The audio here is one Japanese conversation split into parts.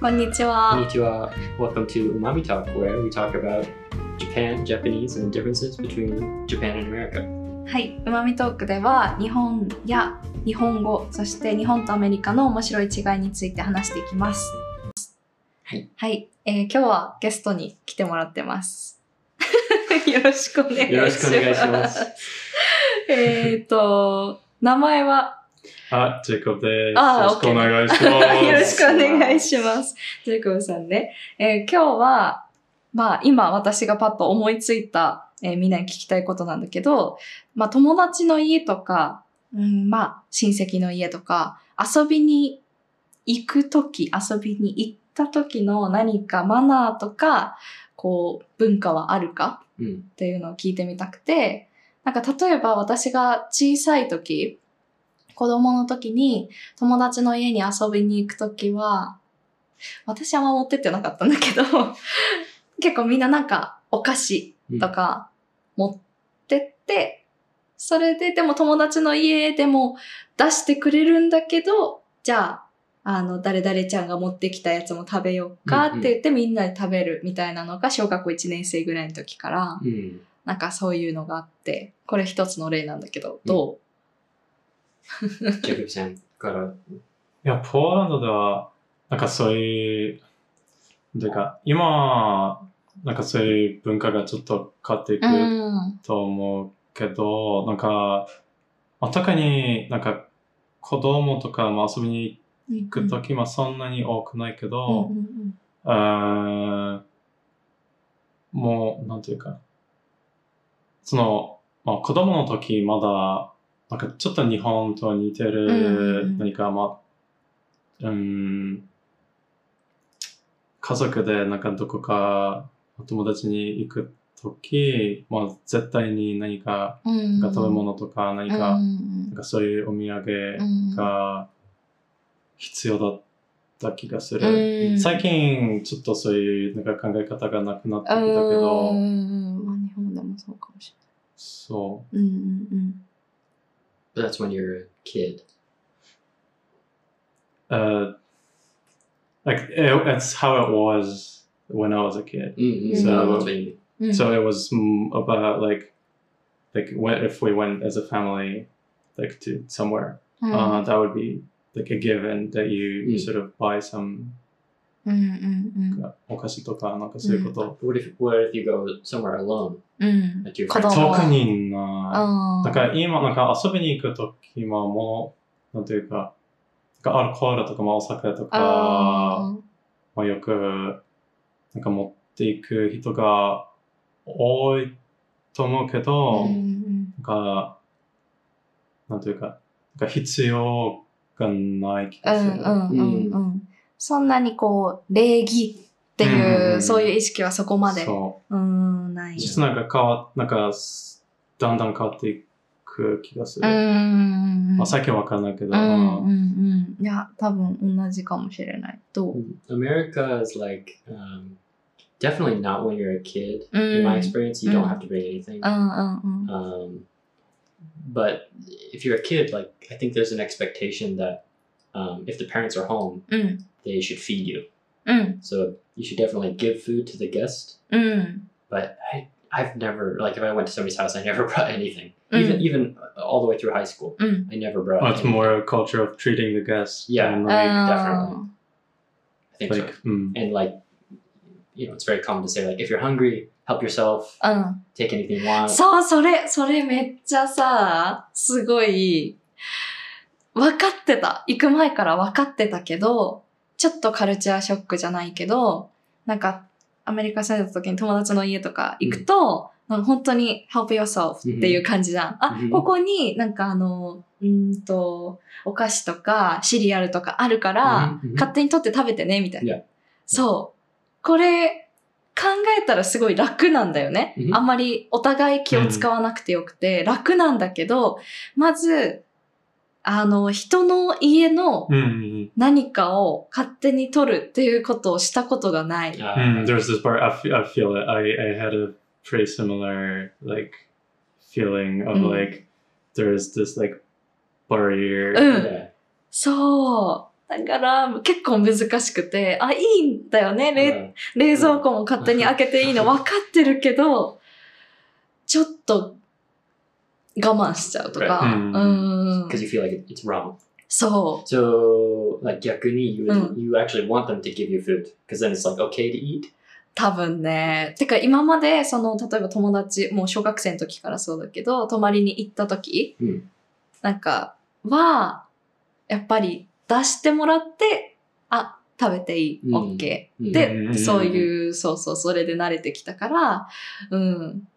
こんにち Konnichiwa. は。 Welcome to Umami Talk, where we talk about Japan, Japanese, and differences between Japan and America. はい、うまみトークでは日本や日本語、そして日本とアメリカの面白い違いについて話していきます。はい。はい、えー今日はゲストに来てもらって ます。よろしくお願いします。よろしくお願いします。 えっと、名前は、あ、ジェイコブです。あよろしくお願いしま OK よろしす。くお願いします。ジェイコブさんね。えー今日は、まあ今私がパッと思いついた、えーみんなに聞きたいことなんだけど、まあ友達の家とか、うん、まあ親戚の家とか、遊びに行くとき、遊びに行ったときの何かマナーとか、こう文化はあるかうん。っていうのを聞いてみたくて、なんか例えば私が小さい時、子供の時に友達の家に遊びに行く時は、私はあんま持ってってなかったんだけど、 結構みんななんかお菓子うんとか持ってって、それででも友達の家でも出してくれるんだけど、じゃあ、あの、誰々ちゃんが持ってきたやつも食べようかって言ってみんなで食べるみたいなのが小学校1年生ぐらいの時から、うん。なんかそういうのがあって、これ一つの例なんだけど、どジェイコブさんから。いや、ポーランドでは、なんかそういう、なんていうか、今、なんかそういう文化がちょっと変わっていうくうん。と思うけど、なんか、まあ、特になんか子供とかも遊びに行行くときもそんなに多くないけど、うんうんうーんもう、なんていうか、その、まあ、子供の時まだ、なんかちょっと日本と似てうんうんうるん何か、まあ、うーん、家族でなんかどこかお友達に行く時、まあ、絶対に何か、うんうん。なんか食べ物とか何か、うんなんかそういうお土産うんうんが必要だった気がする。うん最近ちょっとそういうなんか考え方がなくなってきたけうど、んうんうんまあ日本でもそうかもしそれない。うんうんうん。 But that's when you're a kid. う、uh, like it, it's how it was when I was a kid. ううん。ん So, that's what you う mean. ん So it was mm, about like like when, if we went as a family like to somewhere, うん uh, that would be like a given that you Mm. sort of buy some uh, うんうんお菓子とかなんかそういう Mm-hmm. こと。 What if, what if you go somewhere alone うん。うん。 at your 子供うん friend's 特にない。あだから今、なんか遊びに行くときも、もう、なんていうか、なんかアルコールとか、まあお酒とか、あまあ、よく、なんか持っていく人が多いと思うけー。うんど、うんなんか、なんていうか、なんか必要がない気うがすんる。うんうんうん。そんなにこう、礼儀ってうんうんいうう、んそういう意識はそこまで。そうーん、なう。い。実なんか変わ、なんか、だんだん変わっていく気がすうんうる。んうんうまんあ、最近わかんないけど、うんうんうん。いや、多分同じかもしれない。どう Hmm. America is like, um, definitely not when you're a kid. うん。 In うん my experience, you Mm. don't have to bring anything. うんうん。 Um, but if you're a kid, like I think there's an expectation that um, if the parents are home, うん。 they should feed you. うん。 So you should definitely give food to the guest. うん。 But I, I've never like if I went to somebody's house, I never brought anything. Even う even all the way through high school, ん。 I never brought. Well, it's anything. more a culture of treating the guests. Yeah. than, うん。 like, あ definitely. I think like so. mm, And like, you know, it's very common to say like if you're hungry, help yourself, ーうん。 take anything you want. そう、それ、それめっちゃさ、すごい、分かってた。行く前から分かってたけど、ちょっとカルチャーショックじゃないけど、なんか、アメリカ住んでた時に友達の家とか行くと、なんか本当に help yourself っていう感じじゃん。あ、うんここになんかあの、うーんと、お菓子とかシリアルとかあるから、うんうん勝手に取って食べてね、みたいいなや。そう。これ、考えたらすごい楽なんだよね。うんあんまりお互い気を使わなくてよくて、楽なんだけど、まず、あの、人の家の mm, 何かを勝手に取るっていうことをしたことがない。 Uh, mm, there's this part I, f- I feel it I, I had a pretty similar like feeling of Mm. like there's this like barrier Mm. yeah. そだから、結構難しくて、あ、いいんだよね。冷 uh, 冷蔵庫も勝手に開けていいの分かってるけど、ちょっと我慢しちゃうとか。 Right. う because ん。 you feel like it- it's wrong. そ So like yakuni, you would- Mm. you actually want them to give you food because then it's like okay to eat. う。多分ね。てか今まで、その、例えば友達、もう小学生の時からそうだけど、泊まりに行った時、うんなんかは、やっぱり出してもらって、あ、食べていい、うん OK うんで、うんそういう、そうそう、それで慣れてきたから、うん。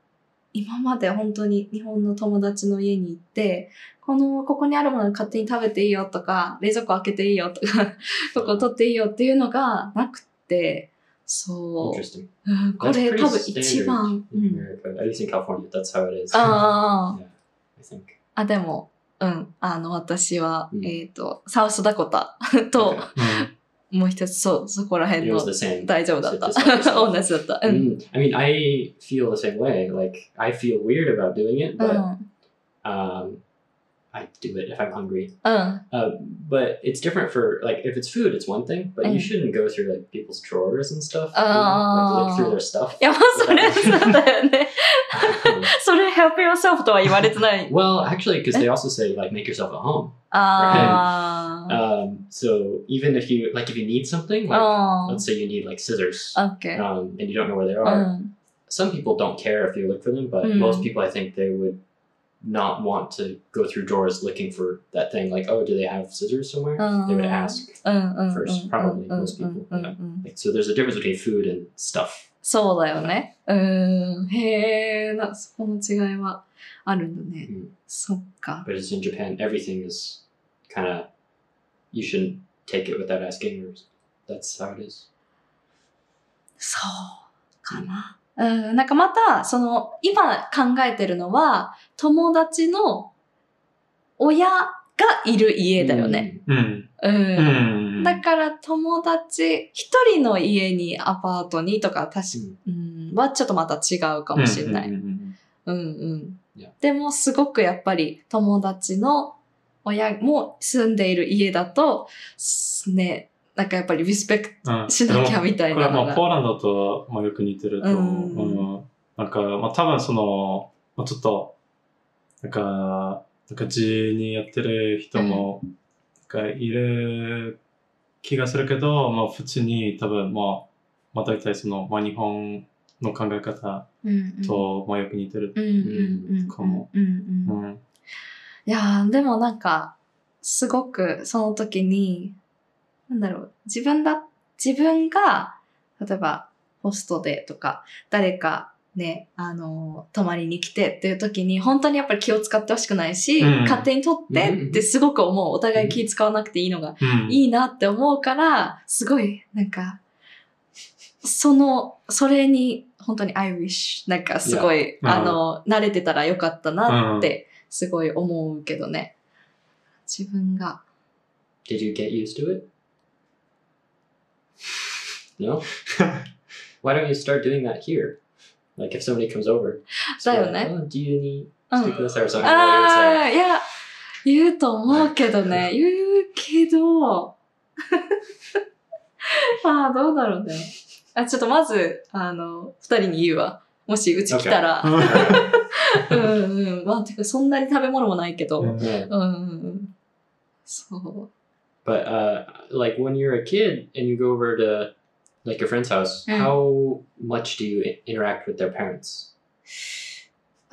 今まで本当に日本の友達の家に行って、この、ここにあるもの勝手に食べていいよとか、冷蔵庫開けていいよとか、 ここ取っていいよっていうのがなくて、そう。 Interesting. うん、こ That's れ pretty 多分一 standard 番。うん、in America. At least in California, that's how it is. ああ、 Yeah, I think. あ、でも、うん、あの、私は、うんえっ、と、サウスダコタと、 Okay. Mm. もう一つ、そう、そこら辺 It の was the same. 大丈夫だった。 It's just like- 同じだった。うん。 Mm, I mean, I feel the same way. Like, I feel weird about doing it, う but ん。Mm. um, I do it if I'm hungry. うん。 Uh, but it's different for like if it's food, it's one thing. But Mm. you shouldn't go through like people's drawers and stuff. Oh. like, look through their stuff. いや、まあ、それはそうだよね。 それ、help yourself とは言われてない。 well, actually, because they also say like make yourself at home. あー。 Um, so even if you like if you need something, like あ let's say you need like scissors, ー。OK。 um, and you don't know where they う are. ん。 Some people don't care if you look for them, but Mm. most people I think they would not want to go through drawers looking for that thing. Like, oh, do they have scissors somewhere? They would Oh. ask. うんうんうんうん First, probably most people. うんうんうん。 Like, so there's a difference between food and stuff. そうだよね。うーん。へえ、な、そこの違いはあるんだね。うんそっか。 But it's in Japan, everything is kind of you shouldn't take it without asking. Or that's how it is. そうかな。うん、なんかまた、その、今考えてるのは、友達の親がいる家だよね。うん。うんうん。だから友達一人の家にアパートにとか確 Mm. か、うん、はちょっとまた違うかもしれない。ううんんうんうん、いやでもすごくやっぱり友達の親も住んでいる家だと、すね、なんかやっぱりリスペクうんうんトしなきゃみたいこれなはのまあが。ポーランドとまあよく似てると思う。うんうんなんか、まあ多分その、まあ、ちょっと、なんか、なんか自由にやってる人も、なんかいる気がするけど、まあ普通に多分まあ、まあ大体その、まあ日本の考え方うんうんと、まあよく似てる。うんうんうんかもうんううんん。いやー、でもなんか、すごくその時に、なんだろう、自分だ、自分が、例えば、ホストでとか、誰かね、あのー泊まりに来てっていう時に、本当にやっぱり気を使ってほしくないし、うん勝手に取ってってすごく思う。お互い気使わなくていいのがうん。いいなって思うから、すごい、なんか、その、それに、本当に I wish、なんかすごい、うんあの、慣れてたらよかったなって、すごい思うけどね。自分が。 Did you get used to it? No. Why don't you start doing that here? Like if somebody comes over, just be like, だよね。 oh, do you need う stick ん。 this or something? あ They would あ、いや、言うと思うけどね。言うけど、 まあ、どうだろうね。あ、ちょっとまず、あの、二人に言うわ。もし、うち来たら。うんうん。まあ、てか、そんなに食べ物もないけど。ううんん say. Yeah. うんうん。そ But uh, like when you're a kid and you go over to like your friend's house, Mm. how much do you i- interact with their う。parents?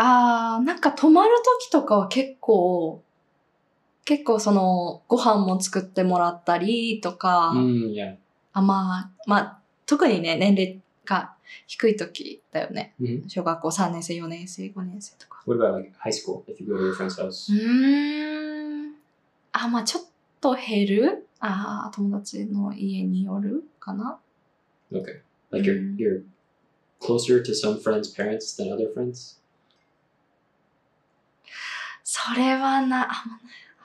ああ、なんか泊まる時とかは結構、結構その、ご飯も作ってもらったりとか、 Mm, yeah. あまあ、まあ、特にね、年齢が低い時だよね。 Mhm. 小学校3年生、4年生、5年生とか。 What about like high school? If you go to your friend's う house, ーん。あ、まあちょっと減るああ、友達の家によるかな okay, like you're Mm. you're closer to some friends' parents than other friends. それはな、あ、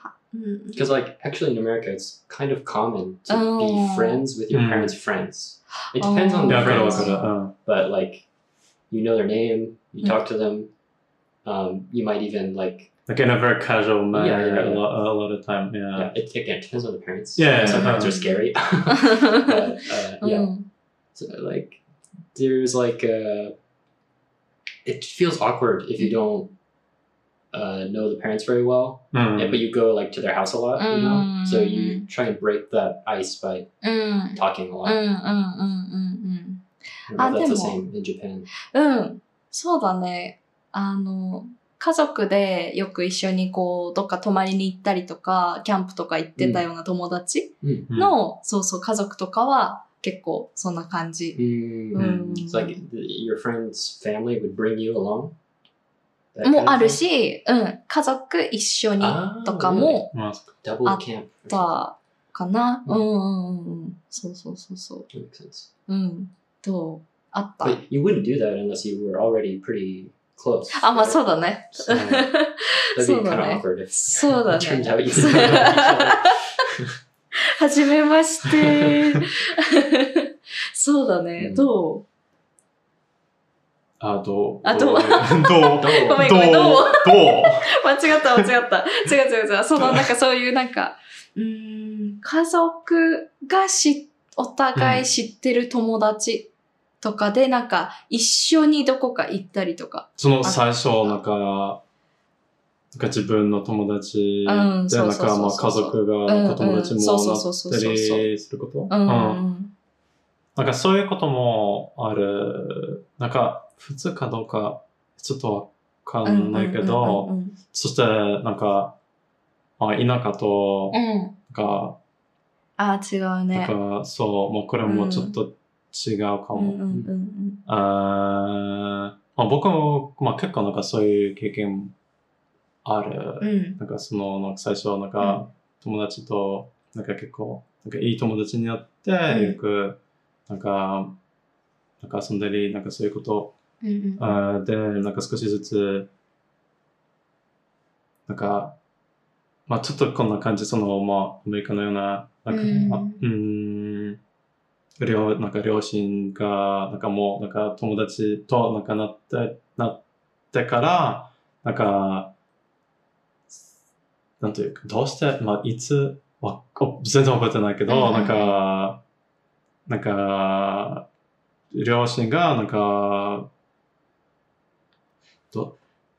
まあ、うん。 Because like actually in America, it's kind of common to Oh. be friends with your Mm. parents' friends. It depends on いや the わかるわ friends, かる。うん。 but like you know their name, you Mm. talk to them. Um, you might even like Like in a very casual manner Yeah, yeah, A, yeah. lot, a lot of time. Yeah. yeah, it again depends on the parents. Yeah, um, some yeah, parents yeah. are scary. う but, uh, yeah, ん。 So, like there's like uh it feels awkward if you don't uh know the parents very well Mm. yeah, but you go like to their house a lot you know so you try and break that ice by うん。 talking a うんうんうんうん lot I don't know Ah, if that's the でも- same in japan うん。うん。そうだね。あの、家族でよく一緒にこう、どっか泊まりに行ったりとか、キャンプとか行ってたような友達 mm. Mm. の、そうそう、家族とかは結構そんな感じ。 Mm. う Mm. ん。 it's like th- your friend's family would bring you along That も kind あ of る thing? し、うん。家族一緒に Ah, とか really? も Mask. double Ah, camp あったかな。ううんんうんうんうん。そうそうそうそ that makes sense う。うん。どうあった。 but you wouldn't do that unless you were already pretty close あ、まあ right? そうだね。 So, That'd be そうだね。 kind of awkward if そうだね。 it turned out you didn't know each other. はじめま して。そうだね。うんどう ah, do. あ、どう。どう。ごめんごめん、どうどう。どう。間違った、間違った。違う違う違う。その、なんかそういう、なん か、うーん、家族がし、お互い知ってる友達とかで、なんか、一緒にどこか行ったりとか。その最初、なんか、なんか自分の友達で、うなんんそうそうそうかまあそう家族がんうん友達もそうなそうそうっそたうそうりすることう。うんんなんかそういうこともある。なんか普通かどうかちょっとわかうんんないけうど、んそしてなんか、あ田舎とうん、うん。うんなんか、あー、違うなんね。かそう、まあこれもちょっと違うかうんもうん。うんあーまあ、僕も、まあ、結構なんかそういう経験あうん。る。うん。なんかその、なんか最初なんか友達と、なんか結構、なんかいい友達になって、んよく、なんか、なんか遊んだり、なんかそういうこと、うんうん。あーで、なんか少しずつ、なんか、まあちょっとこんな感じ、その、まあ、アメリカのような、なんか、うんあうーん、両、なんか両親が、なんかもう、なんか友達と、なんかなって、なってから、なんか、なんというか、どうして、まあ、いつ、わお全然覚えてないけど、うんうんうなんんか、なんか、両親が、なんか、ど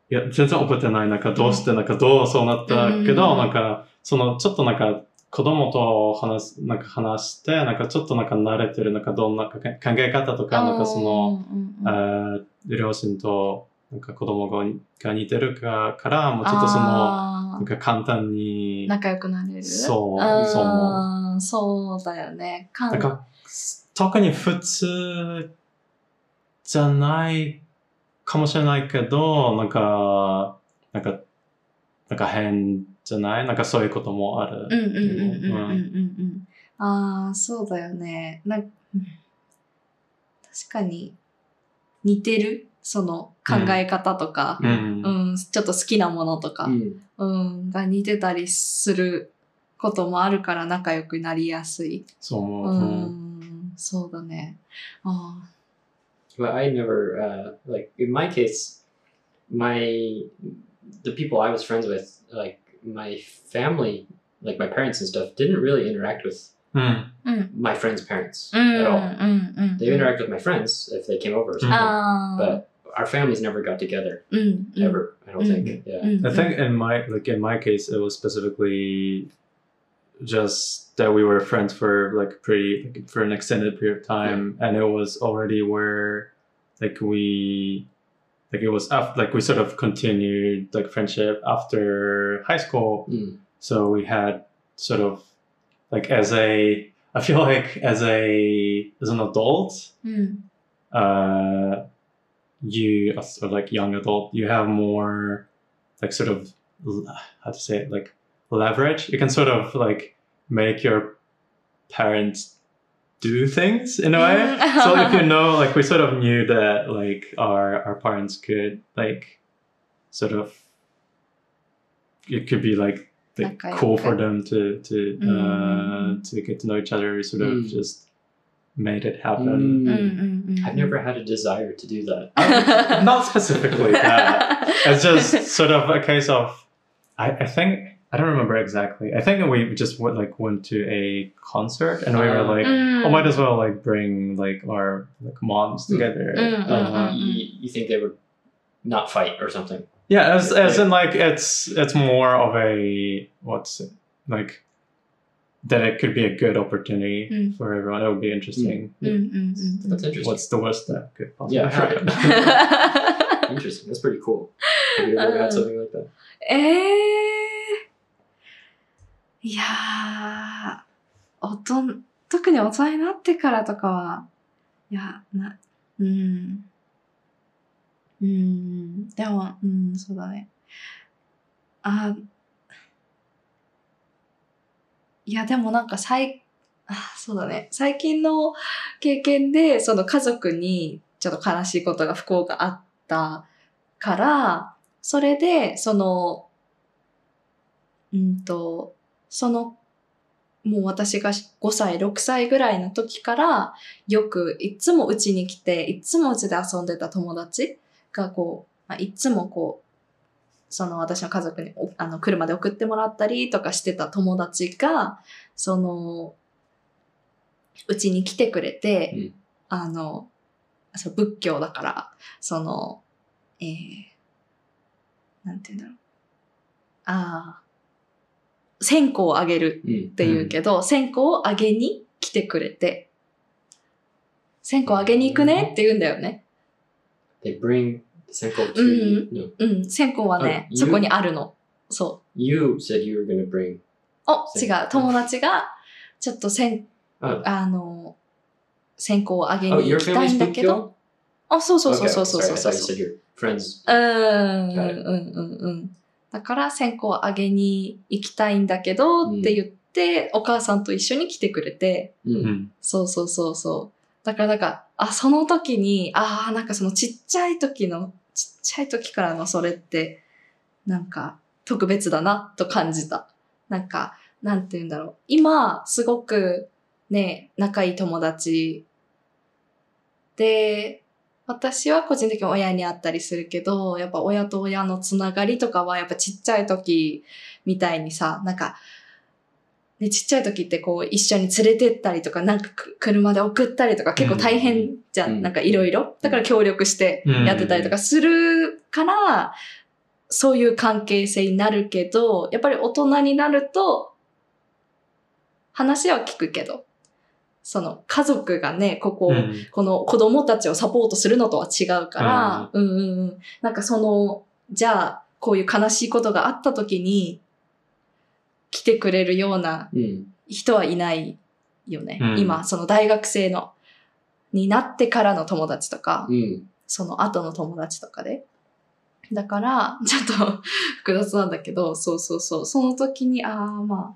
いや、全然覚えてない。なんか、どうして、なんか、どうそうなったけうんうんうど、んなんか、その、ちょっとなんか、子供と話す、なんか話して、なんかちょっとなんか慣れてる、なんかどんなか考え方とか、なんかその、うんうんうん、えー両親となんか子供がが似てるかから、もうちょっとその、あーなんか簡単に、仲良くなれるそうーんそう思そうだよね。かなんか特に普通じゃないかもしれないけど、なんか、なんか、なんか変じゃないなんかそういうこともあうんる。うんうんうんうんうんうん。ああ、そうだよね。なんうん確かに似てるその考え方とか、うん。うんちょっと好きなものとか、 Mm. うん、が似てたりすることもあるから仲良くなりやすい。そう思うう。ん、そうだね。ああ、 But I never uh, like in my case, my the people I was friends with, like my family, like my parents and stuff, didn't really interact with うん。 my friends' parents うんうん at all. うんうん。 They interact with my friends if they came over, or something, ああ、 but our families never got together うんうん。 ever. I don't Mm-hmm. Mm. think. Yeah. うん I think in my, like in my case, it was specifically just that we were friends for like pretty, like for an extended period of time. And it was already where like we, like it was after, like we sort of continued like friendship after high school. Mm. So we had sort of like as a, I feel like as a, as an adult, うん。 uh, you as a like young adult, you have more like sort of l- how to say it, like leverage. You can sort of like make your parents do things in a way. Mm. so if you know, like we sort of knew that like our our parents could like sort of it could be like like Like, I- cool for them to to uh, Mm. to get to know each other. We sort of Mm. just made it happen. Mm. うんうんうん。 I've never had a desire to do that. Not specifically that. It's just sort of a case of I, I think I don't remember exactly. I think we just went, like went to a concert and we were Ah. like, うん oh, might as well like bring like our like moms Mm. together. Mm, mm, Uh, mm. you, Um, you think they would not fight or something? Yeah, as as Yeah. in like it's it's more of a what's it like that it could be a good opportunity Mm. for everyone. It would be interesting. うんうんうんうん That's interesting. What's the worst that could possibly yeah, happen? right. interesting. That's pretty cool. Have you ever Um, had something like that? ええいやー、おとん、特に大人になってからとかは、いや、な、うん。うん、でも、うん、そうだね。あ、いや、でもなんか最、あそうだね。最近の経験で、その家族にちょっと悲しいことが、不幸があったから、それで、その、うんと、その、もう私が5歳、6歳ぐらいの時から、よく、いつもうちに来て、いつもうちで遊んでた友達がこう、まあいつもこう、その私の家族におあの車で送ってもらったりとかしてた友達が、その、うちに来てくれて、うんあの、そう仏教だから、その、えーなんて言うんだろう。ああ、線香をあげる Mm. って言うけど、線香をあげに来てくれて、線香あげに行くねって言うんだよね。 They bring the senko to Mm-hmm. no, うん、線香はねあ、言うそこにあるの。そ you said you were gonna bring う。お、違線う香。友達が、ちょっと線、 oh, あの、線香をあげ oh に your 行きたい family's んだけど。 Bukkyo? あ、そうそうそう Okay, そうそう sorry, そう I そう thought you said your friends うんうんはいうんうん。だから線香をあげに行きたいんだけどって言って、お母さんと一緒に来てくれて、 Mm. Mm. そうそうそうそう。だからなんか、あ、その時に、ああ、なんかそのちっちゃい時の、ちっちゃい時からのそれって、なんか特別だなと感じた。なんか、なんて言うんだろう。今、すごくね、仲いい友達で、私は個人的に親に会ったりするけど、やっぱ親と親のつながりとかはやっぱちっちゃい時みたいにさ、なんか、ね、ちっちゃい時ってこう一緒に連れてったりとか、なんかく車で送ったりとか結構大変じゃん。うんなんかいろいろ。だから協力してうんやってたりとかするから、そういう関係性になるけど、やっぱり大人になると、話は聞くけど、その家族がね、ここ、 Mm. この子供たちをサポートするのとは違うから、うんうんうん。なんかその、じゃあ、こういう悲しいことがあった時に、来てくれるような Mm. 人はいないよね。うん今、その大学生の、になってからの友達とか、 Mm. その後の友達とかで。だから、ちょっと 複雑なんだけど、そうそうそう。その時に、ああ、まあ、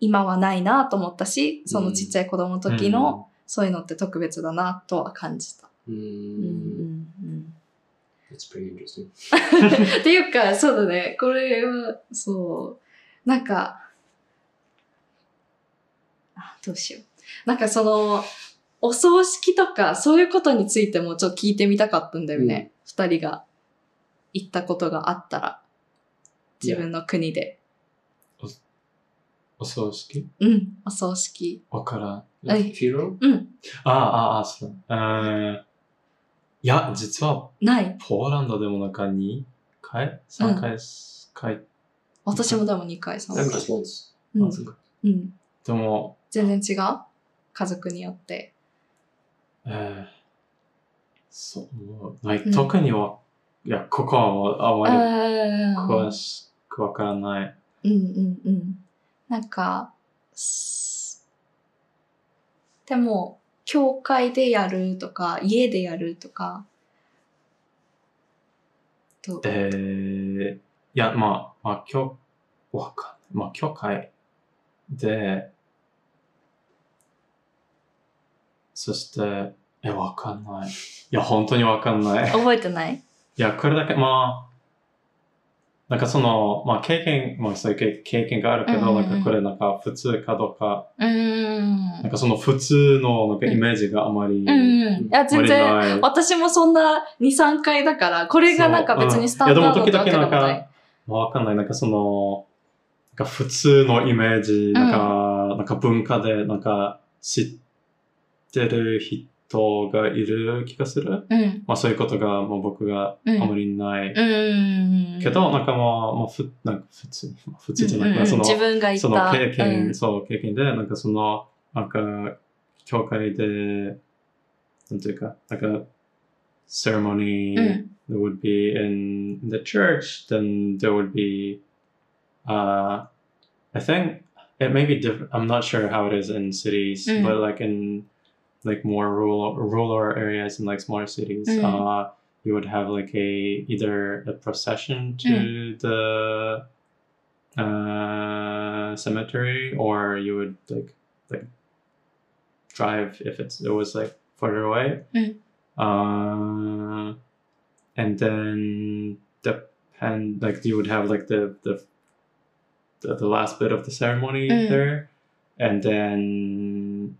今はないなと思ったし、そのちっちゃい子供の時の、そういうのって特別だなとは感じた。 Mm. うんうん、 That's pretty interesting. っていうか、そうだね。これは、そう。なんか、あどうしよう。なんかその、お葬式とか、そういうことについてもちょっと聞いてみたかったんだよね。二、人が行ったことがあったら、自分の国で。お葬式うん、お葬式。わからん。 Like Like- funeral? うん、ああ、ああ、そう。えーいや、実は、ない。ポーランドでもなんか2回 ?3 回、回。私もでも二回、三 That was 回。 just once. うあんそ、っかうん。でも、全然違う家族によって。えーそう、なうんい特には、いや、ここはもうああまりあー。詳しくわからない。うんうんうん。なんか、すでも、教会でやるとか、家でやるとか、とえー、いや、まあ、まあ、教、わかんない。まあ、教会で、そして、え、わかんない。いや、本当にわかんない。覚えてないいや、これだけ、まあ、なんかその、まあ経験、まあそういう経経験があるけど、うんうんなうんんかこれなんか普通かどうか、うーんなんかその普通のなんかイメージがあまり、うんうん。いや、全然、あまりない私もそんな2、3回だから、これがなんか別にスタンダードってわけでもない。まあわかんない。なんかその、なんか普通のイメージ、なんか、なんか文化で、なんか知ってる人がいる気がする。うん。まあそういうことが、もう僕がうあまん。りない。うん。けど、なんかまあ、まあ、ふ、なんか普通、まあ普通じゃなういんかうんら、その、自分がいた。その経験、うんそう、経験で、なんかその、なんか、教会で、なんていうか、なんか、ceremony、うん。 there would be in the church, then there would be, uh, I think it may be different. I'm not sure how it is in cities, Mm. but like in like more rural rural areas and like smaller cities, Mm. uh, you would have like a either a procession to Mm. the uh, cemetery, or you would like like drive if it's it was like further away. Mm. Uh, and then depend like you would have like the the the, the last bit of the ceremony Mm. there and then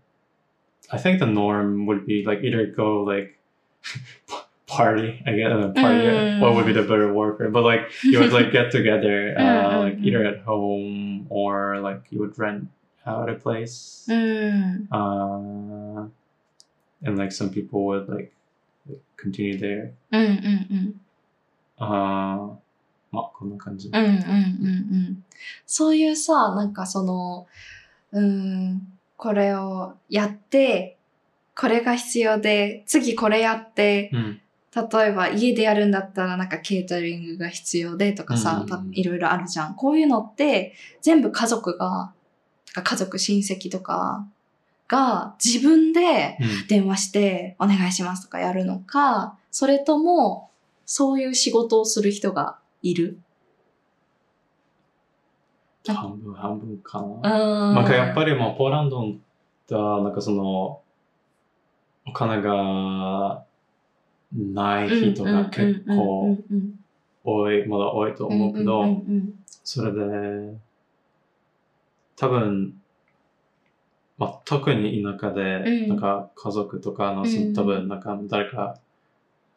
i think the norm would be like either go like party i guess uh, party Mm. what would be the better word for it? but like you would like get together uh, Mm, like mm, either at home or like you would rent out a place Mm. うん。 uh, and like some people would like continue there うんうんうん。 uh, まあ、こんな感じ。うんうんうんうん。そういうさ、なんかその、うん、これをやって、これが必要で、次これやって、うん。例えば家でやるんだったらなんかケータリングが必要でとかさ、うんうんうんたいろいろあるじゃん。こういうのって全部家族が、家族、親戚とかが自分でうん電話してお願いしますとかやるのか、それともそういう仕事をする人がいる。あ半分半分かうな。ん。なんかやっぱりもうポーランドはなんかそのお金がない人が結構うんうん多い、まだ多いとうんうん、思うけうんうんど、うんそれで多分、まあ、特に田舎うで、んなんか家族とかの、うんその多分なんか誰か、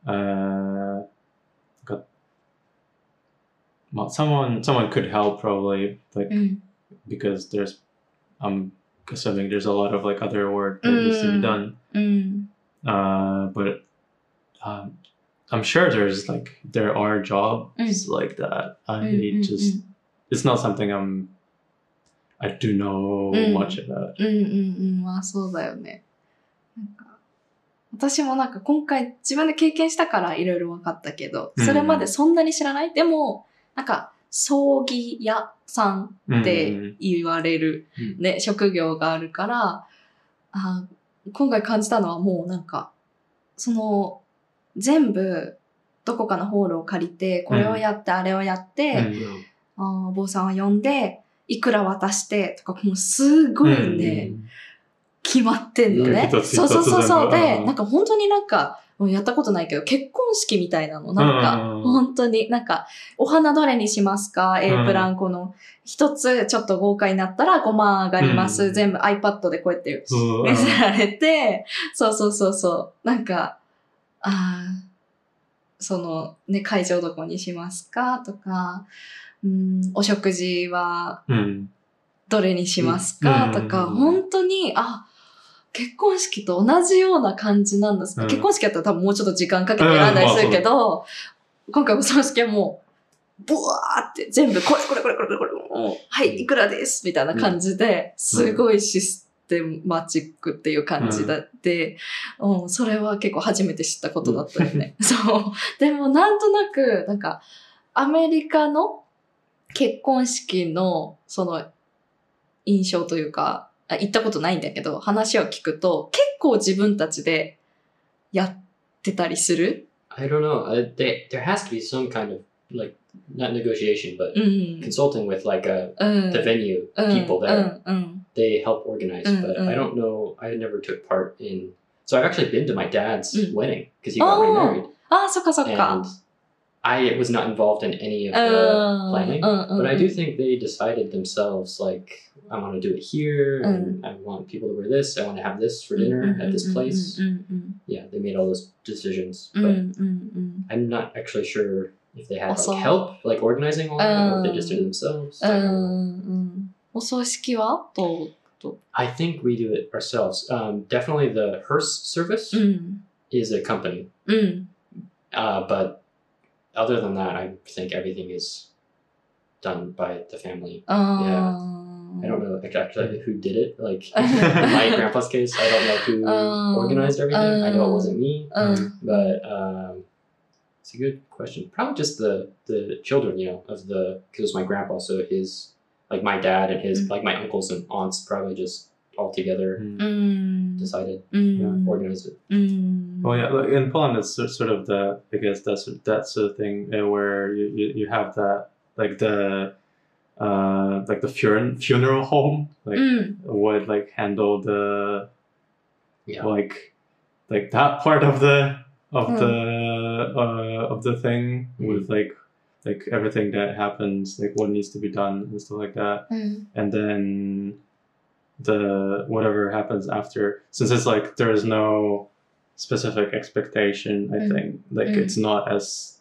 えー、なんか、まあ、someone, someone could help probably, like, うん because there's I'm assuming there's a lot of like other work that needs to be Mm. done. うん。 Uh, but um, I'm sure there's like there are jobs Mm. like that. I うんうんうん just it's not something I'm I do know Mm. much about. うんうんうん、まあそうだよね。なんか私もなんか今回自分で経験したからいろいろ分かったけど、うんそれまでそんなに知らない。でも、なんか、葬儀屋さん Mm. って言われる、うんね、職業があるから、あ今回感じたのはもうなんか、その、全部、どこかのホールを借りて、これをやって、あれをやって、うん Wow. あーお坊さんを呼んで、いくら渡してとか、もうすごいね、Mm. 決まってんのね。うそんうそうそう一つ一つ全そう。部で、うんなんか本当になんか、うんやったことないけど、結婚式みたいなの。なんか、うん本当に、なんか、お花どれにしますか ?A プランこの、一つちょっと豪華になったら5万上がります。うん全部 iPad でこうやってそう見せられて、そうそうそうそう。なんか、ああ、その、ね、会場どこにしますかとか、うん、お食事はうんどれにしますか、うんとか、うん本当に、あ、結婚式と同じような感じなんですね。うん結婚式だったら多分もうちょっと時間かけて選んだりするけど、今回お葬式はもう、ブワーって全部、これこれこれこれこれ、もうはい、いくらですみたいな感じで、すごいシステマチックっていう感じだって、うん、それは結構初めて知ったことだったよね。 そう。でもなんとなく、なんか、アメリカの結婚式の、その、印象というか、あ行ったことないんだけど、話を聞くと、結構自分たちでやってたりする I don't know. Uh, they, there has to be some kind of like not negotiation, but うん。 consulting with like uh うん。 the venue うん people there. うんうん。 They help organize, uh, Mm, but mm. I don't know. I never took part in. So I've actually been to my dad's Mm. wedding because he got Oh, remarried, ああ、そっかそっ and か。 I was not involved in any of う the ん。 planning. うんうん But I do think they decided themselves, like, I want to do it here, and I want people to wear this, I want to have this for Mm-hmm, dinner at this place. うんうん。 Yeah, they made all those decisions. うん But うんうん。 I'm not actually sure if they had Also- like help, like organizing all that, or if they just did it Um, themselves. う I don't ん know. うん。お葬式はどう I think we do it ourselves. Um, definitely the hearse service ん。 is a company, うん。 uh, but other than that, I think everything is done by the family. ああ。 I don't know like, actually who did it. Like in my う grandpa's case, I don't know who Um, organized everything. I know it wasn't me, ん。 but um, it's a good question. Probably just the the children, you know, of the because it was my grandpa, so his like my dad and his Mm. like my uncles and aunts probably just all together う Mm. ん。 decided うん。 organized it. うん。 Well, Oh, yeah, like in Poland, it's sor- sort of the I guess that's that's the thing uh, where you, you, you have that like the uh like the funeral funeral home like うん。 would like handle the Yeah. like like that part of the of Mm. the uh, of the thing with like like everything that happens like what needs to be done and stuff like that うん。 and then the whatever happens after since it's like there is no specific expectation i Mm. think like Mm. it's not as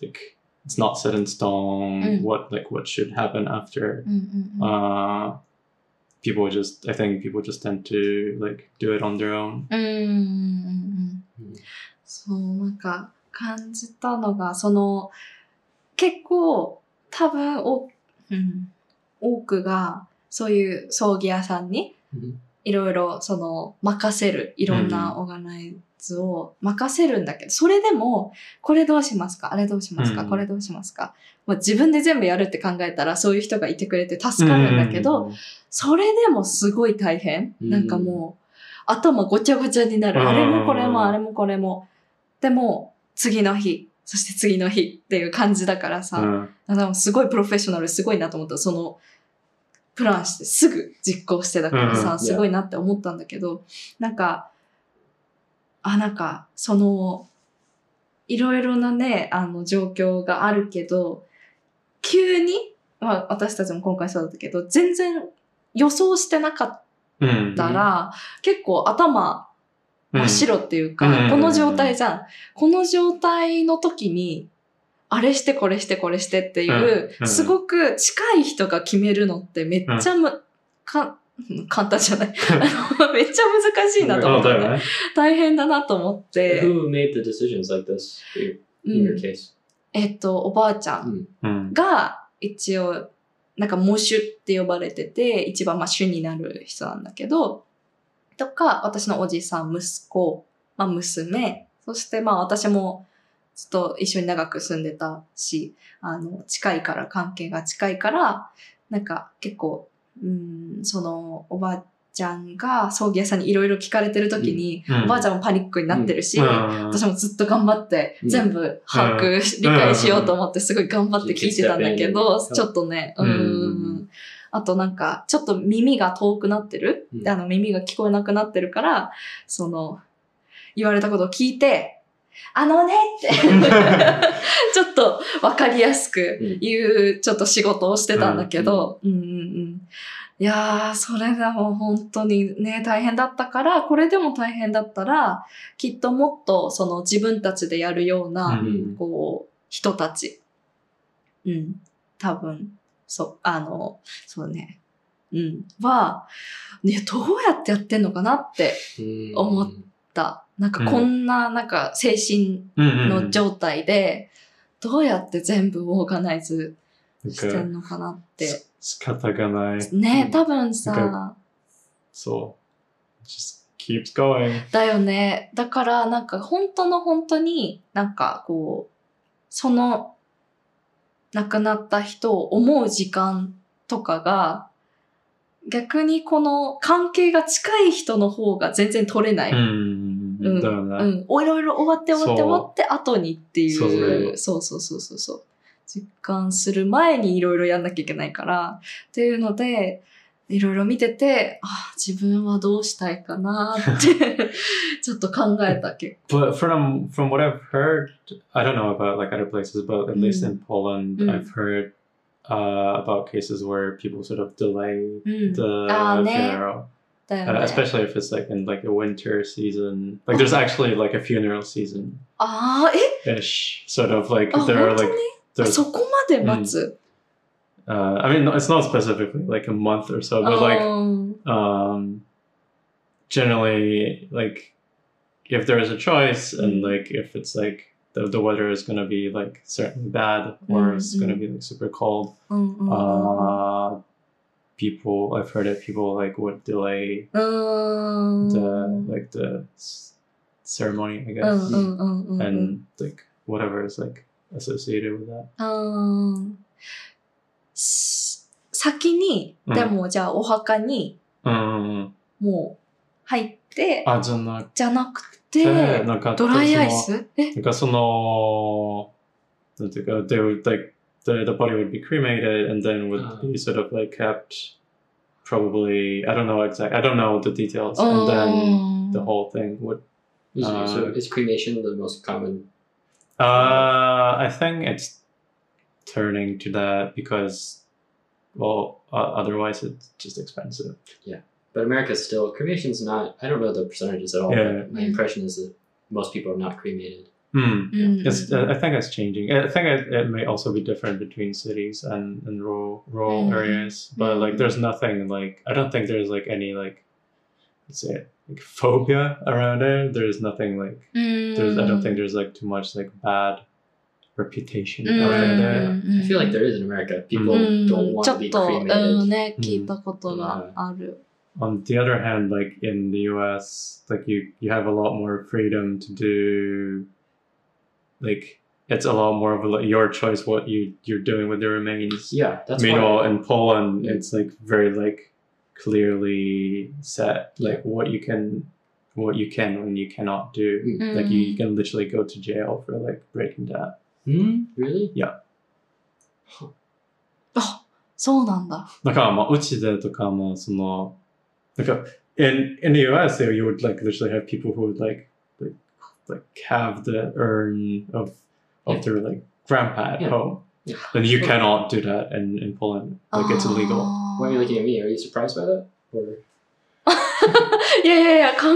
like it's not set in stone Mm. what like what should happen after うんうんうん。 uh people just i think people just tend to like do it on their own うんうんうんうんうんそうなんか感じたのがその結構多分お、うん、多くがそういう葬儀屋さんにうんいろいろその任せるいろんなオーガナイズを任せるんだけど、それでもこれどうしますかあれどうしますか、うんこれどうしますか、まあ、自分で全部やるって考えたらそういう人がいてくれて助かるんだけど、Mm. それでもすごい大変。うんなんかもう、頭ごちゃごちゃになる。うんあれもこれもあれもこれも。でも、次の日、そして次の日っていう感じだからうさ、んうんなんかすごいプロフェッショナル、すごいなと思った。その、プランしてすぐ実行してだからうさ、んすごいなって思ったんだけど、なんか、あ、なんか、その、いろいろなね、あの、状況があるけど、急に、まあ、私たちも今回そうだったけど、全然予想してなかっうんたら、結構頭うん真っ白っていうか、うんこの状態じゃん。この状態の時に、あれしてこれしてこれしてっていう、うんすごく近い人が決めるのってめっちゃむ、か簡単じゃない あのめっちゃ難しいなと思あって、だよね大変だなと思って、 Who made the decisions like this in う in your ん、 case? えっと、おばあちゃんうんが一応なんか喪主って呼ばれてて一番まあ主になる人なんだけどとか私のおじさん息子、まあ、娘そしてまあ私もずっと一緒に長く住んでたしあの近いから関係が近いからなんか結構うんそのおばあちゃんが葬儀屋さんにいろいろ聞かれてる時に、うんおばあちゃんもパニックになってるし、うん 私もずっと頑張って、うん全部把握し、理解しようと思って、すごい頑張って聞いてたんだけど、うんちょっとね、ううんん。あとなんか、ちょっと耳が遠くなってる、うんであの耳が聞こえなくなってるから、その、言われたことを聞いて、あのねって、Mm, ちょっとわかりやすく言う、ちょっと仕事をしてたんだけど、うんうんうん。いやー、それでも本当にね、大変だったから、これでも大変だったら、きっともっとその自分たちでやるような、うんこう、人たち。うん。多分、そう、あの、そうね。うん。は、ね、どうやってやってんのかなって、Hmm. 思だ。なんかこんな、なんか精神うんうんの状態で、どうやって全部オーガナイズしてんのかなって。し仕方がないね、多分さな、そう just keeps going だよね。だから、なんか本当の本当に、なんかこう、その亡くなった人を思う時間とかが、逆にこの関係が近い人の方が全然取れない。うんうんだよね、うん。おいろいろ終わって終わってそ終うわって後にっていそうう。そうそうそうそうそう。実感する前にいろいろやんなきゃいけないから。っていうので、いろいろ見てて、あ、自分はどうしたいかなって、ちょっと考えた結 But from from what I've heard, I don't know about like other places, but at least Mm. in Poland, Mm. I've heard uh, about cases where people sort of delay 構。うん。 the Ah, ne. funeral, だ uh, よね。 especially if it's like in like a winter season. Like Uh-huh. there's actually like a funeral season ああ、え ish, sort of like あ、本 there are 当 like にあ there's そこまで待つ。 uh, I mean it's not specifically like a month or so, あ but like ー um, generally like if there is a choice and Mm. like if it's like the, the weather is going to be like certainly bad or it's Mm, going to be like super cold うんうんうん uh, people i've heard that people like would delay うん。う the ーん like the c- ceremony i う guess んうんうんうんうん。 and like whatever is like associated with that うーんす先に、うんでもじゃあお墓に um もう入って、あじゃなくじゃなくてて、なんかドライアイそのスえなんかその、なんていうか、they would like, the, the body would be cremated and then would ああ be sort of like kept probably, I don't know exact, I don't know the details. And う then ん the whole thing would, Is, Uh, so is cremation the most common? uh, I think it's turning to that because, well, uh, otherwise it's just expensive. But America's still cremation's not. I don't know the percentages at all. Yeah. But my impression is that most people are not cremated. Mm. うん、 It's, I I think it's changing. I think it, it may also be different between cities and, and rural rural Mm. areas, but like there's nothing like I don't think there's like any like let's say it, like phobia around it. There's nothing like うん there's I don't think there's like too much like bad reputation うん around it. うん I feel like there is in America. People う don't ん want ちょ to っ be と、 cremated. うんね、うん聞いたことがある。 On the other hand, like in the US, like you you have a lot more freedom to do like it's a lot more of a, your choice what you you're doing with the remains. Yeah, that's why- Meanwhile, in Poland, Mm. it's like very like clearly set, like what you can, what you can and you cannot do. Mm. うん Like you, you can literally go to jail for like breaking that. Hmm? Really? あ、そうなんだ。なんかまあうちでとかもそのなんか in in the US, you would like literally have people who would like like like have the urn of of their like grandpa at Yeah. home, Yeah. and you cannot do that in in Poland. Like it's illegal. あー Why are you looking at me? Are you surprised by that? Or いやいやいや、考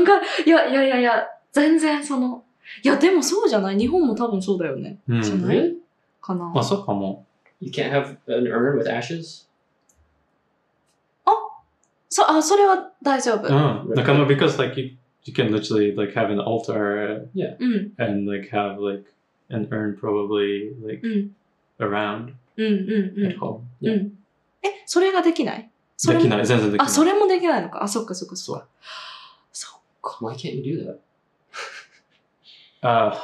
え、いやいやいやいや、全然その、いやでもそうじゃない日本も多分そうだよね。うん。じゃない really? かな。Hmm. まあそうかも。 You can't have an urn with ashes. そ、あ、それは大丈夫。うん。なんかまあ Oh, because like you you can literally like have an altar うん、 and like have like an urn probably like うん、 around うん、うん、う at ん。 home. う Yeah. ん。え、それができないそでれもきない全然できない。あ、それもできないのか。あ、そっかそっかそっか。そっか。 Why can't you do that? Uh,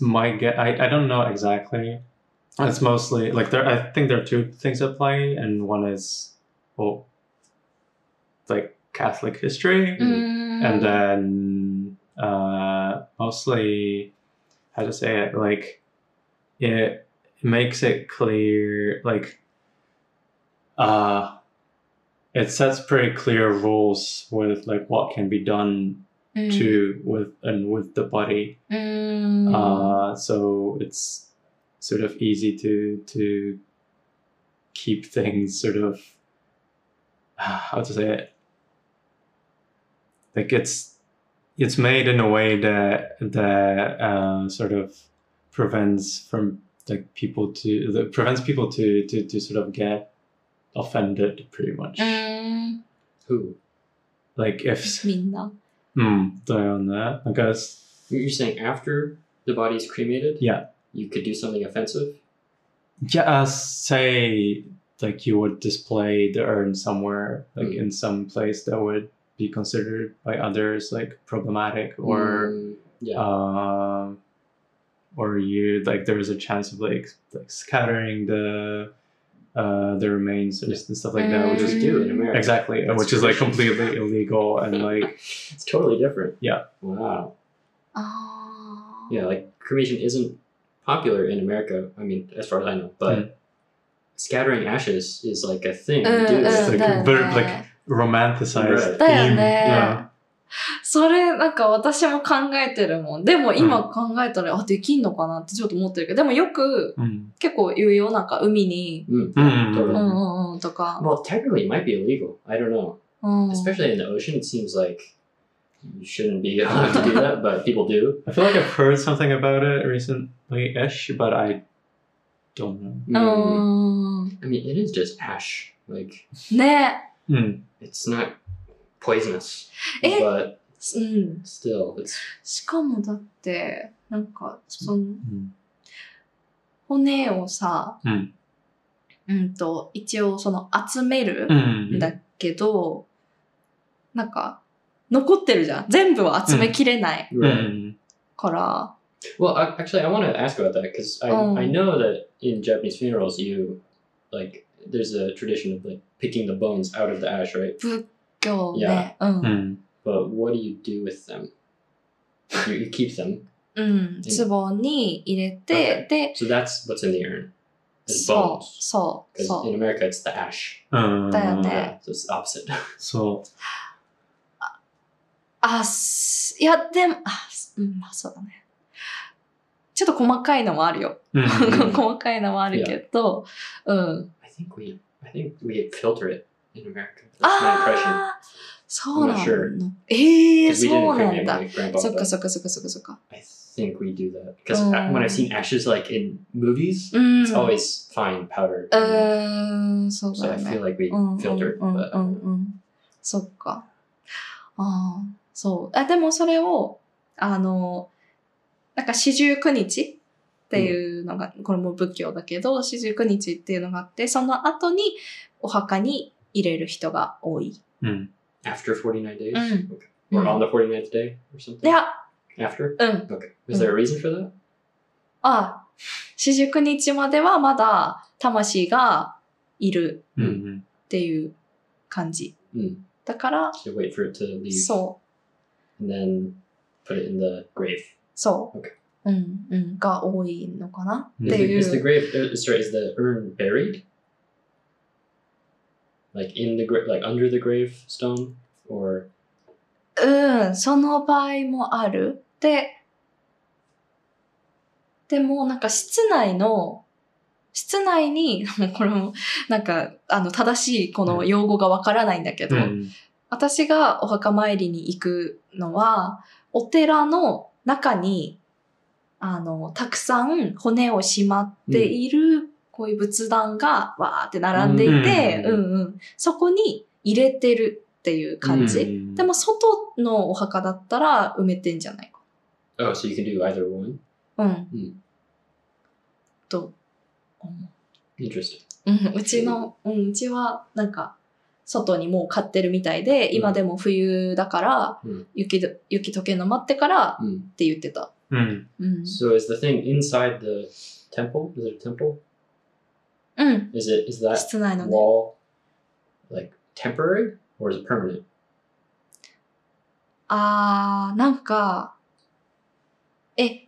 my guess, I, I don't know exactly. It's mostly like there. I think there are two things at play, and one is well, like Catholic history, うーん。 and then uh, mostly how to say it like it makes it clear like uh it sets pretty clear rules with like what can be done うん、 to with and with the body うーん。 uh so it's sort of easy to to keep things sort of how to say it like it's it's made in a way that that uh, sort of prevents from like people to that prevents people to to to sort of get offended pretty much うーん。 Who? like if みんな。 mm, on that i guess You're you're saying after the body's cremated? Yeah. You could do something offensive? Yeah, uh, say like you would display the urn somewhere, like Mm. in some place that would be considered by others like problematic, or Mm, yeah. um, or you like there is a chance of like like scattering the uh the remains and stuff like that, which Just is Mm. do in America. exactly uh, That's which is like tradition. completely illegal and like It's totally different. Yeah. Wow. あー Mm. Yeah, like cremation isn't popular in America. I mean, as far as I know, but scattering ashes is like a thing うん you うん do. だ It's よ like ね very, like, romanticized Mm. Right. だよ theme. ね。それ、なんか私も考えてるもん。でも今考えたら、あ、できんのかなってちょっと思ってるけど、でもよく Yeah. Mm. 結構言うよ、なんか海に、 Mm. Mm. う Totally. んうんうんとか。 Well, technically, it might be illegal. I don't know. うん、 Especially in the ocean, it seems like you shouldn't be allowed to do that, but people do. I feel like I've heard something about it recently ish, but I don't know. Oh. うん。 I mean, it is just ash. Like, ね Mm. it's not poisonous, Eh. but うん。 still, it's しかもだって、なんか、その、 Mm. 骨をさ、うん。うんと、一応その集める Mm. んだけど、なんか、残ってるじゃん。全部は集めきれない Mm. から。 Well, I, actually, I want to ask about that because I, Oh. I know that in Japanese funerals, you like there's a tradition of like picking the bones out of the ash, right? 今日いやね、うん。 Mm. But what do you do with them? You, you keep them, うん、壺に入れて、で、 so that's what's in the urn. It's そう、 bones. そう、 Because そ in America, it's the ash. だよね。Yeah, so Uh, it's the opposite. so, う。あ、すいや、でも、あ、すうん、まあそうだね。ちょっと細かいのもあるよ。 mm. う ん細かいのもあるけど、うん。 I think we, I think we filter it in America. That's Ah, my impression. ああ、そうな I'm not sure. の。ええ Because we そ didn't うなん cremate だ。 my grandpa. そっ but かそっかそっかそっかそっか。 I think we do that because Oh. Mm. when I've seen ashes like in movies, うん。 it's always fine powder. う and- ーん、そう so だよ I ね feel。like we うんうん filter, うん but うんうん。そっか。ああ、そう。あ、でもそれを、あの、なんか四十九日っていうのが、これも仏教だけど、四十九日っていうのがあって、その後にお墓に入れる人が多い。 Mm. after 49 days, Mm. okay. or Mm. on the 49th day or something. いや、 After. うん。 Okay. Is Mm. there a reason for that? あ、四十九日まではまだ魂がいる Mm. っていう感じ。 Mm. だから、 So wait for it to leave そう、 and then put it in the grave. そう Okay.。うん、うん、が多いのかなっ Mm. て Is い the, is the う。 grave? er, Sorry, is the urn buried? Like in the grave, like under the gravestone, or うん、その場合もある。で、でもなんか室内の、室内に、 もうこれもなんかあの正しいこの用語がわからないんだけど、 Mm. 私がお墓参りに行くのは、お寺の中に、あの、たくさん骨をしまっている、こういう仏壇がわーって並んでいて、ううんんうん。そこに入れてるっていう感じ。 Mm. でも外のお墓だったら埋めてんじゃない oh, so you can do either one. か。うん。んと思 Interesting. う。うん、うちの、うん、うちはなんか外にもう買ってるみたいで、今でも冬だから、うん雪ど雪解けるの待ってからっ Mm. て言ってた。 Mm. うん。 So is the thing inside the temple? Is it a temple? うん。 Is it is that 室内のね。 wall like temporary or is it permanent? あー、なんか、え、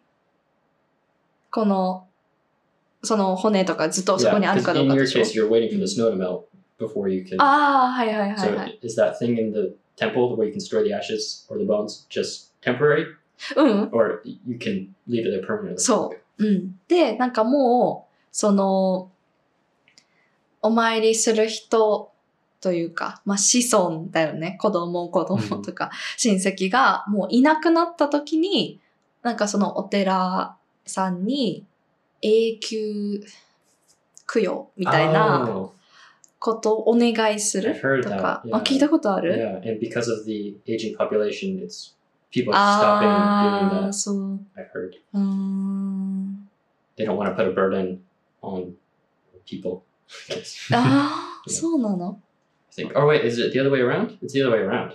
この、その骨とかずっとそこにある 'cause かどう in か your でしょ case, you're waiting for the snow to melt before you can. あー、はいはいは so いはい。 is that thing in the temple where you can store the ashes or the bones just temporary, うん。 or you can leave it there permanently? そううん。で、なんかもう、その、お参りする人というか、まあ子孫だよね。子供、子供とか、親戚がもういなくなった時に、なんかそのお寺さんに永久供養みたいな Oh, ことをお願いす I've る heard と that. か、 Yeah. まあ聞いたことある yeah, and because of the aging population, it's people stopping あ doing あ、 that. そう。 I've heard うーん。 they don't want to put a burden on people. I guess. あ あ、そうなの I think. Oh wait, is it the other way around? It's the other way around.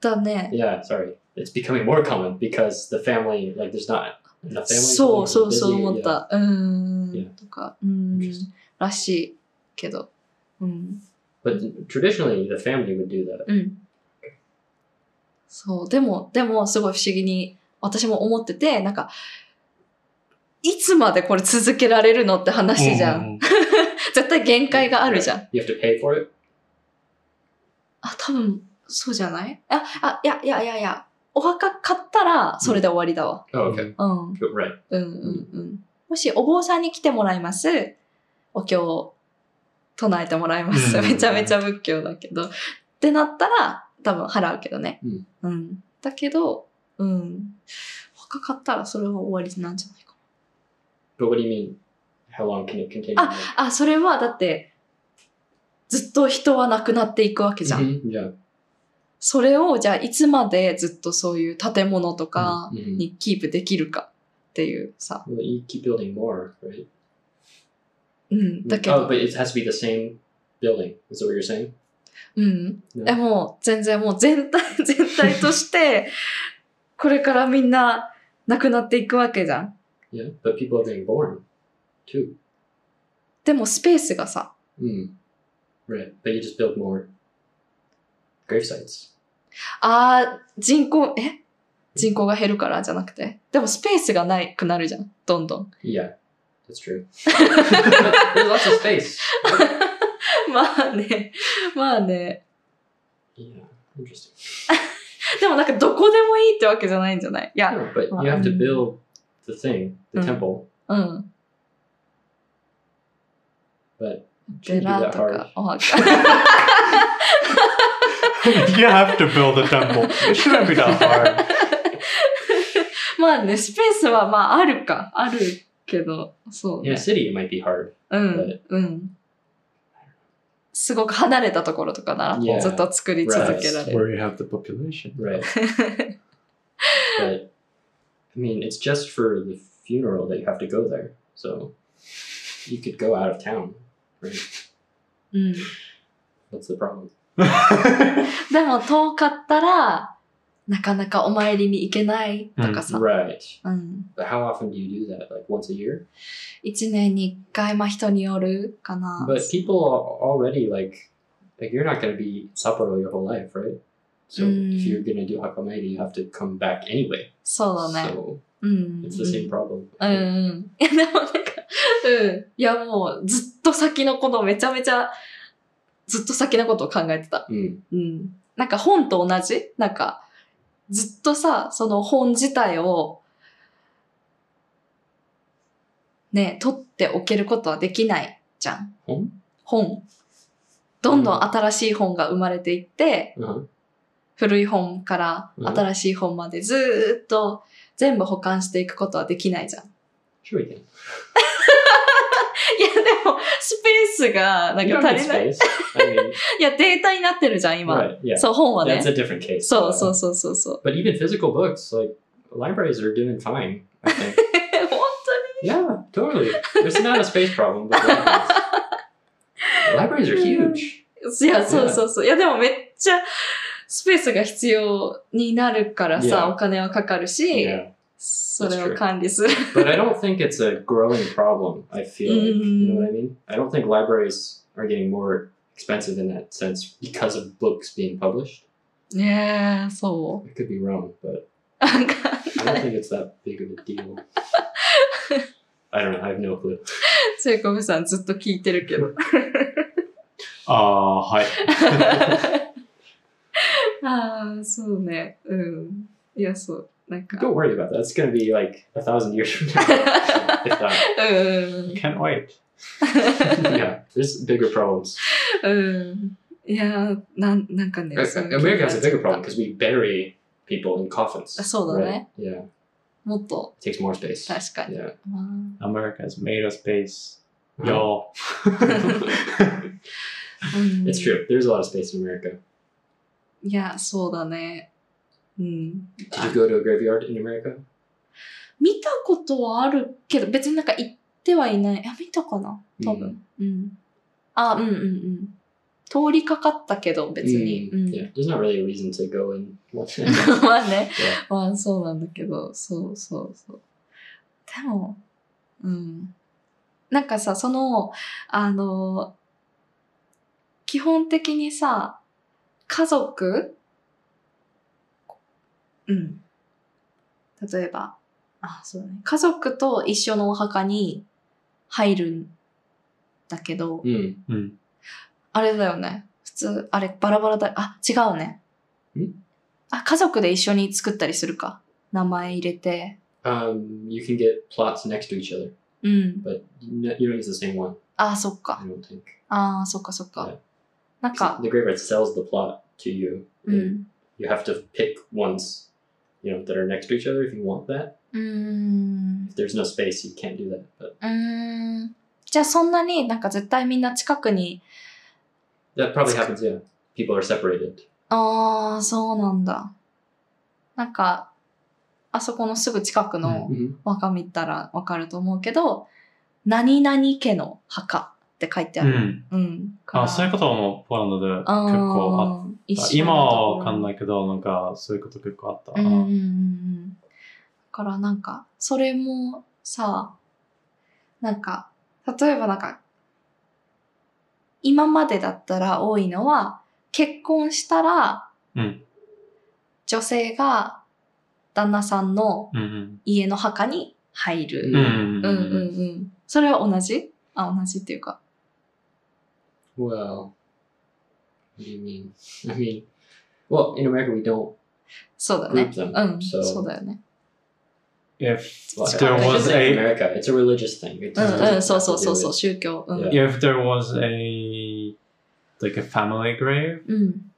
だね。 Yeah, sorry. It's becoming more common because the family, like, there's not enough family. そうそう busy, そう思っ yeah. た。うー Yeah. ん。とか、うーん Interesting.。らしいけど。うん。 But traditionally, the family would do that. うん。そう。でも、でも、すごい不思議に、私も思ってて、なんか、いつまでこれ続けられるのって話じゃん。 Mm. 絶対限界があるじゃん。 You have to pay for it. あ、多分、そうじゃないあ、あ、いや、いや、いや、いや。お墓買ったら、それで終わりだわ。 Oh, okay. うん。 Good, Right. うんうんうん。もしお坊さんに来てもらいます。お経を唱えてもらいます。うんめちゃめちゃ仏教だけど。ってなったら、多分払うけどね。うん。だけど、うん。他買ったらそれは終わりなんじゃないか But what do you mean? How long can it continue? な。あ、それはだって、ずっと人は亡くなっていくわけじゃん。 Mhm, Yeah. それを、じゃあいつまでずっとそういう建物とか Mhm. にキープできるかっていうさ。 Well, you keep building more, right? うん。だけ Oh, ど、 but it has to be the same building. Is that what you're saying? うん。 No. え、もう全然もう全体、 全体として、これからみんな亡くなっていくわけじゃん。 Yeah, but people are being born, too. でもスペースがさ、 Mm. Right, but you just build more grave sites. あー、人口、え人口が減るからじゃなくて。でもスペースがないくなるじゃん。どんどん。 Yeah, that's true. There's lots of space. まあね。まあね。 Yeah, interesting. でもなんかどこでもいいってわけじゃないんじゃないいや、 No, but you have to Uh, um, build the thing, the mm. temple, うん。 but it 寺 shouldn't be that とか hard. お 墓。 you have to build a temple. It shouldn't be that hard. まあね、スペースはまああるか。あるけど、そうね In a。city, it might be hard. うん、うん。すごく離れたところとかなら、 Yeah. ずっと作り続けられる。 Where you have the population. Right. but, I mean, it's just for the funeral that you have to go there. So you could go out of town, right? うん、 What's the problem? Uh, でも遠かったら、なかなかお参りに行けないとかさ。 Right. うん。 But how often do you do that? Like once a year? 一、年に一回、まあ人によるかな。 But people are already like, like you're not going to be Sapporo your whole life, right? So if Mm. you're going to do Hakamairi, you have to come back anyway. そうだね。 So うん。 it's the same problem. うんうん。 いや、でもなんか、うん。いや、もうずっと先のことめちゃめちゃ、ずっと先のことを考えてた。 Mm. うん。なんか本と同じなんか、ずっとさ、その本自体を、ね、取っておけることはできないじゃん。本本。どんどん新しい本が生まれていって、 Uh-huh. 古い本から新しい本までずーっと全部保管していくことはできないじゃん。い Sure, we can. や、でも、スペースが、なん You don't か need 足りない。 space. I mean, いや、データになってるじゃん、 今。 right, yeah. そう、本はね。That's a different case. そう Uh, そうそうそうそう。 But even physical books, like libraries are doing fine. I think. 本当 yeah, totally. There's not a space problem. But libraries. libraries are huge. いや、そうそうそう。いや、でもめっちゃスペースが必要になるからさ、 Yeah. お金はかかるし、 Yeah, それを管理する。 but I don't think it's a growing problem. I feel like you know what I mean. I don't think libraries are getting more expensive in that sense because of books being published. ねえ、そ I could be wrong, but う。なんか、 I don't think it's that big of a deal. I don't know. I have no clue. セイコブさんずっと聞いてるけど。ああー、はい。ああ、そうね。うん。いや、そう。なんか。 Don't worry about that. It's gonna be like a thousand years from now. if that. うん。 Can't wait. yeah, there's bigger problems. うん。いやー、なん、なんかね。 Uh, そう America has a bigger problem because we bury people in coffins. Uh, そうだね。 Yeah, もっと、 it takes more space. 確か に。 Yeah. まあ America's made a space. Y'all. It's true. There's a lot of space in America. いや、そうだね。うん。 Did you go to a graveyard in America? 見たことはあるけど、別になんか行ってはいない。あ、見たかな多分。うん。あ、うんうんうん。通りかかったけど、別に。うん。 Yeah, there's not really a reason to go and watch it. まあね Yeah.。ま あそうなんだけど、そうそうそう。でも、うん。なんかさ、その、あの、基本的にさ、家族うん。例えば、あ、そうだね。家族と一緒のお墓に入るだけど、 Mm. うん。あれだよね。普通、あれ、バラバラだ。あ、違うね。んあ、家族で一緒に作ったりするか。名前入れて。 Um, you can get plots next to each other, うん。 but you don't use the same one. あ、そっ I か。 don't think. あーそっかそっはかい。なんか、 The graveyard sells the plot to you. う and ん。 You have to pick ones, you know, that are next to each other if you want that. うーん。 If there's no space, you can't do that. But うーん。じゃあそんなになんか絶対みんな近くに、 that probably happens, yeah. People are separated. ああ、そうなんだ。なんか、あそこのすぐ近くの hmm 墓見たらわかると思うけど、何々家の墓って書いてあうる。ん。うん。からあ、そういうこともポーランドで結あー構あっ一緒今はわかんい。ないけど、なんかそういうこと結構あったうんな。うんうんうん。だからなんか、それもさ、なんか、例えばなんか、今までだったら多いのは、結婚したら、うん女性が旦那さんのうん家の墓に入る。うん。うんうんうんうん。それは同じあ、同じっていうか。 Well, what do you mean? I mean, well, in America, we don't そうだ group ね。 them. うん、 so, そうだよね。 If well, there was especially in a America, it's a religious thing. It うん just うん、 doesn't そう have そう to そうそう、 do 宗教。うん。 Yeah. if there was a like a family grave, うん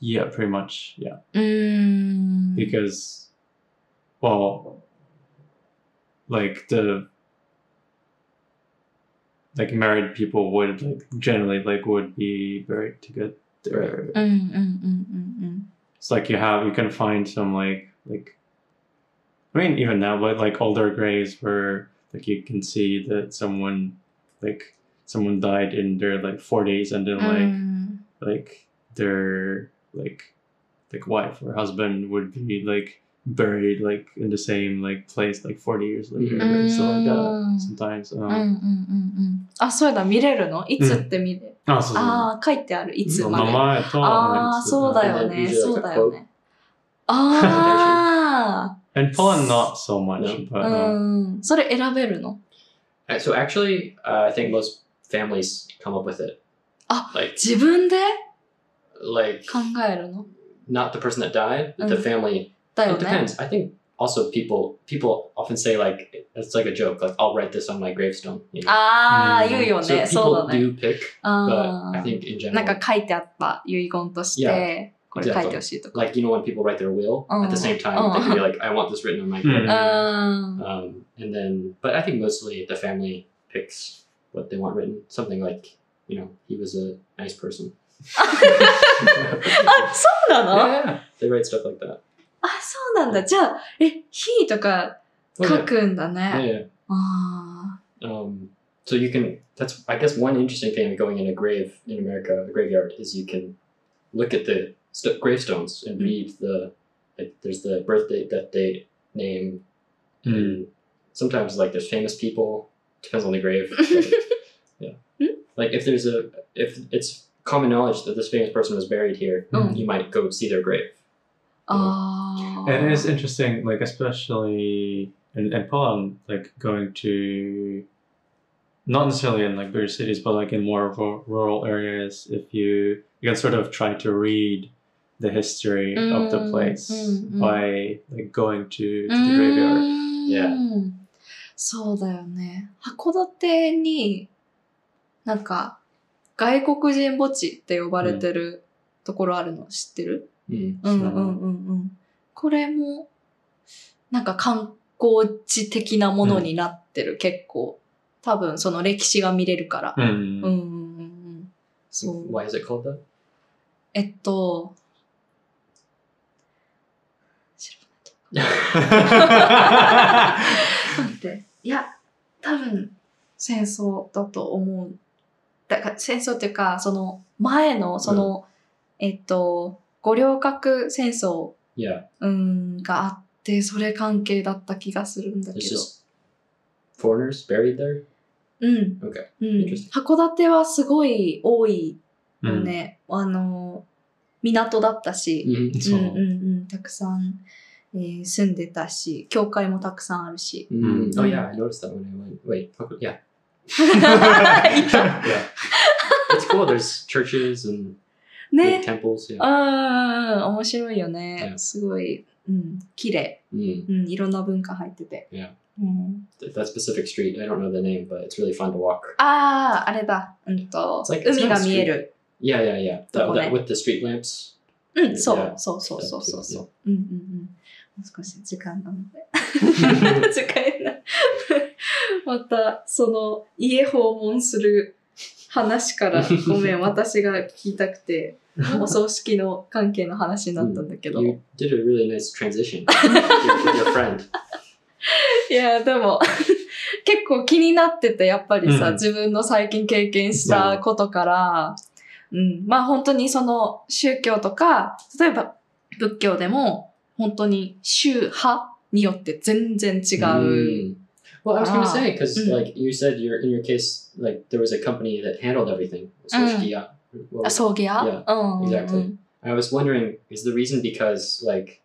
yeah, pretty much, yeah, うーん。 because well, like the like married people would like generally like would be buried together. うんうんうん It's like you have you can find some like like I mean even now like like older graves where like you can see that someone like someone died in their like forties and then うんうん。 like うん like their like like wife or husband would be like buried like in the same like place like 40 years later and stuff like that Mm. sometimes うんうんうんう um, ん。あ、そうだ、見れるのいつって見れる。あそうそうああ、書いてある、いつそうま名で。前とああ、そうだようんね、そうだよね。あ and Poland not so much No. but あ、 um, うん。それ選べるの that. So actually, uh, I think most families come up with it. Ah. Like, 自分で like 考えるの not the person that died, but the Mm. family. だよ It ね。 depends. I think also people people often say like it's like a joke, like I'll write this on my gravestone. You know? ああ、うん言うよ so ね、そう people だね。 do pick, but あ I あ think in なん general, か書いてあった遺言として、これ書いてほしいとか。 like you know when people write their will at the Oh. Uh, same time, Oh. they can be like, I want this written on my Mm. grave. うん。 Um, and then, but I think mostly the family picks what they want written. Something like, you know, he was a nice person. あ、そうなの yeah, they write stuff like that. あ、そうなんだ。じゃあ、え、火とか Oh, 書くんだ yeah. ね。 yeah, あ yeah. Um, so you can. That's I guess one interesting thing of going in a grave in America, a graveyard, is you can look at the st- gravestones and Mm. read the like. There's the birth date, death date, name, mm, and sometimes like there's famous people. Depends on the grave. ー like if there's a if it's common knowledge that this famous person was buried here Mm. you might go see their grave あー。 it is interesting like especially in, in Poland like going to not necessarily in like bigger cities, but like in more ru- rural areas, if you you can sort of try to read the history of the Mm, place mm, mm. by like going to, う to the graveyard. ーん。そうだよね。函館に、なんか、外国人墓地って呼ばれてるところあるの知ってる mm. うんうんうんうん。これも、なんか観光地的なものになってる、結構。多分、その歴史が見れるから。 Mm. うんうんうんうん。そう。 why is it called that えっと、待って。いや、多分、戦争だと思う。だから、戦争っていうか、その、前の、その、えっと、五稜郭戦争、 yeah うん、があって、それ関係だった気がするんだけ there's ど。 just foreigners buried there うん。 okay うん Interesting. 函館はすごい多い Mm. よね。あの、港だったし、 うん hmm So, うんうん、たくさん、えー住んでたし、教会もたくさんあるし。 Oh yeah, I noticed that when I went. Wait, okay, yeah, yeah. It's cool. There's churches and ね big。temples. Oh. Yeah. うん、面白いよね。 Yeah. すごい、うん、綺麗。 Mm. うん、いろんな文化入ってて。 Yeah. うん、 Th- That specific street, I don't know the name, but it's really fun to walk. ああ、あれだ。うんと、 It's like- 海が見える。 Yeah, yeah, yeah. That, Okay. that, with the street lamps. うん、そう、 Yeah. そうそうそうそうそう。うんうんうん。もう少し時間なので。使えない。また、その、家訪問する話から、ごめん、私が聞きたくて、お葬式の関係の話になったんだけど。 You did a really nice transition with your- with your friend. いや、でも、 結構気になってて、やっぱりさ、うん自分の最近経験したことから、うん、まあ本当にその宗教とか、例えば仏教でも、本当に宗派によって全然違う。 Mm. Well, I was going Ah. to say because Mm. like you said, your in your case, like there was a company that handled everything. So Mm. Shkia- what あ was- 葬儀屋 Yeah, うんうんうん。 exactly. I was wondering, is the reason because like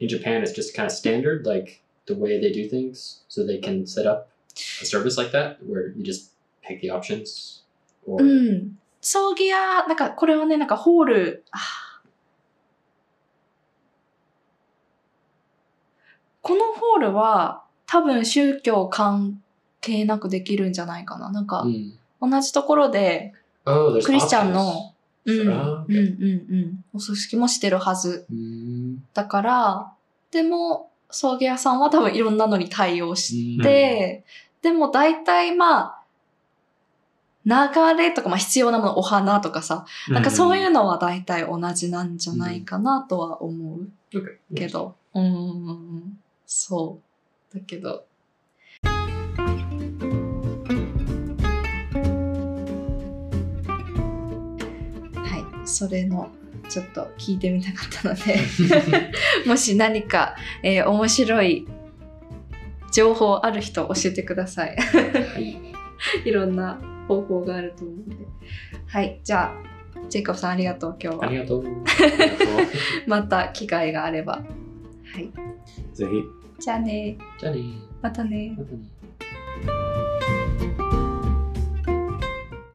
in Japan it's just kind of standard, like the way they do things, so they can set up a service like that where you just pick the options, or うん。葬儀屋、なんかこれはね、なんかホール、あこのホールは多分宗教関係なくできるんじゃないかな。なんか Mm. 同じところで、 oh, there's クリスチャン options. の、うん、うんうんあーうん、お葬式もしてるはず Mm. だから、でも葬儀屋さんは多分いろんなのに対応して、で、でも大体まあ、流れとか、まあ必要なもの、お花とかさ、なん Mm. かそういうのは大体同じなんじゃないかなとは思う Hmm. Okay. けど、うんうんうんうん、そう。だけど。はい、それの、ちょっと聞いてみたか ったので。もし何か、えー面白い情報ある人教えてください。 いろんな方法があると思うんで。はい、じゃあ、ジェイコブさんありがとう、今日は。ありがとう。じゃあね。また機会があれば。はい、ぜひじゃあね、またね。またね